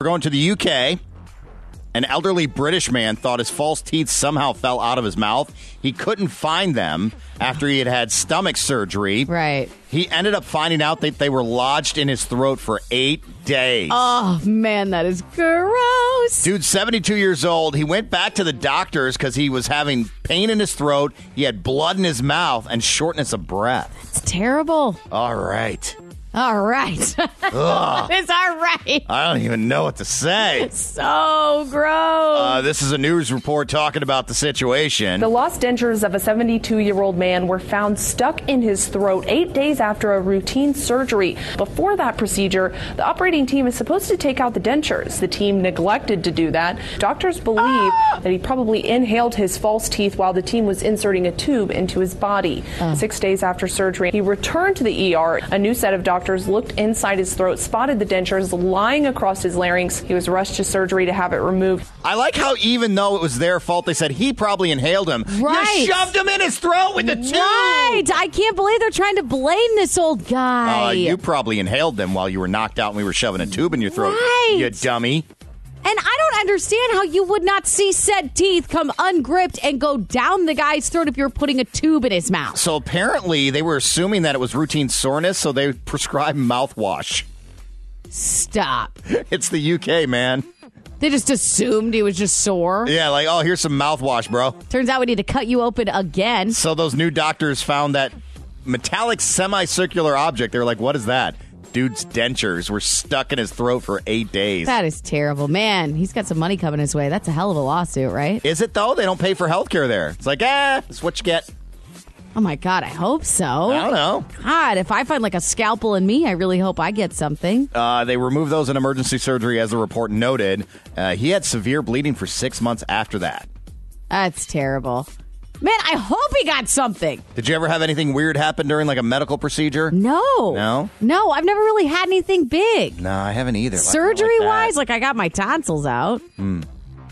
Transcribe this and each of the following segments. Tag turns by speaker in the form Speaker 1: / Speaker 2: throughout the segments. Speaker 1: We're going to the UK. An elderly British man thought his false teeth somehow fell out of his mouth. He couldn't find them after he had had stomach surgery.
Speaker 2: Right.
Speaker 1: He ended up finding out that they were lodged in his throat for eight days.
Speaker 2: Oh man, that is gross.
Speaker 1: Dude, 72 years old. He went back to the doctors because he was having pain in his throat. He had blood in his mouth and shortness of breath.
Speaker 2: It's terrible.
Speaker 1: All right.
Speaker 2: All right. it's all right.
Speaker 1: I don't even know what to say.
Speaker 2: So gross.
Speaker 1: Uh, this is a news report talking about the situation.
Speaker 3: The lost dentures of a 72 year old man were found stuck in his throat eight days after a routine surgery. Before that procedure, the operating team is supposed to take out the dentures. The team neglected to do that. Doctors believe that he probably inhaled his false teeth while the team was inserting a tube into his body. Six days after surgery, he returned to the ER. A new set of doctors looked inside his throat, spotted the dentures lying across his larynx. He was rushed to surgery to have it removed.
Speaker 1: I like how even though it was their fault, they said he probably inhaled him. You
Speaker 2: Right.
Speaker 1: shoved him in his throat with the tube.
Speaker 2: right. I can't believe they're trying to blame this old guy.
Speaker 1: Uh, you probably inhaled them while you were knocked out and we were shoving a tube in your throat.
Speaker 2: Right.
Speaker 1: You dummy.
Speaker 2: and I don't understand how you would not see said teeth come ungripped and go down the guy's throat if you're putting a tube in his mouth.
Speaker 1: So apparently they were assuming that it was routine soreness, so they prescribed mouthwash.
Speaker 2: Stop.
Speaker 1: It's the UK, man.
Speaker 2: They just assumed he was just sore.
Speaker 1: Yeah, like, oh, here's some mouthwash, bro.
Speaker 2: Turns out we need to cut you open again.
Speaker 1: So those new doctors found that metallic semicircular object. They were like, what is that? Dude's dentures were stuck in his throat for eight days.
Speaker 2: That is terrible. Man, he's got some money coming his way. That's a hell of a lawsuit, right?
Speaker 1: Is it though? They don't pay for healthcare there. It's like, ah, it's what you get.
Speaker 2: Oh my God, I hope so.
Speaker 1: I don't know.
Speaker 2: God, if I find like a scalpel in me, I really hope I get something.
Speaker 1: Uh, they removed those in emergency surgery, as the report noted. Uh, he had severe bleeding for six months after that.
Speaker 2: That's terrible. Man, I hope he got something.
Speaker 1: Did you ever have anything weird happen during like a medical procedure?
Speaker 2: No.
Speaker 1: No?
Speaker 2: No, I've never really had anything big.
Speaker 1: No, I haven't either. Like,
Speaker 2: Surgery
Speaker 1: like that. Hmm.
Speaker 2: wise, like I got my tonsils out,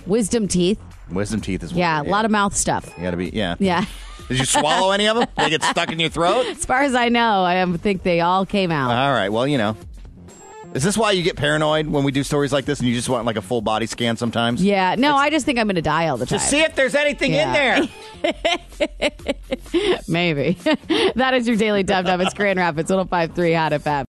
Speaker 2: wisdom teeth.
Speaker 1: wisdom teeth is
Speaker 2: Yeah, a lot of mouth stuff.
Speaker 1: You gotta be yeah.
Speaker 2: Yeah.
Speaker 1: Did you swallow any of them? They get stuck in your throat.
Speaker 2: As far as I know, I um, think they all came out.
Speaker 1: All right. Well, you know. Is this why you get paranoid when we do stories like this and you just want like a full body scan sometimes?
Speaker 2: yeah. No, I just think I'm going to die all the time.
Speaker 1: To see if there's anything in
Speaker 2: Yeah.
Speaker 1: there.
Speaker 2: Maybe. that is your daily dub dub. It's Grand Rapids 1053 Hot FM.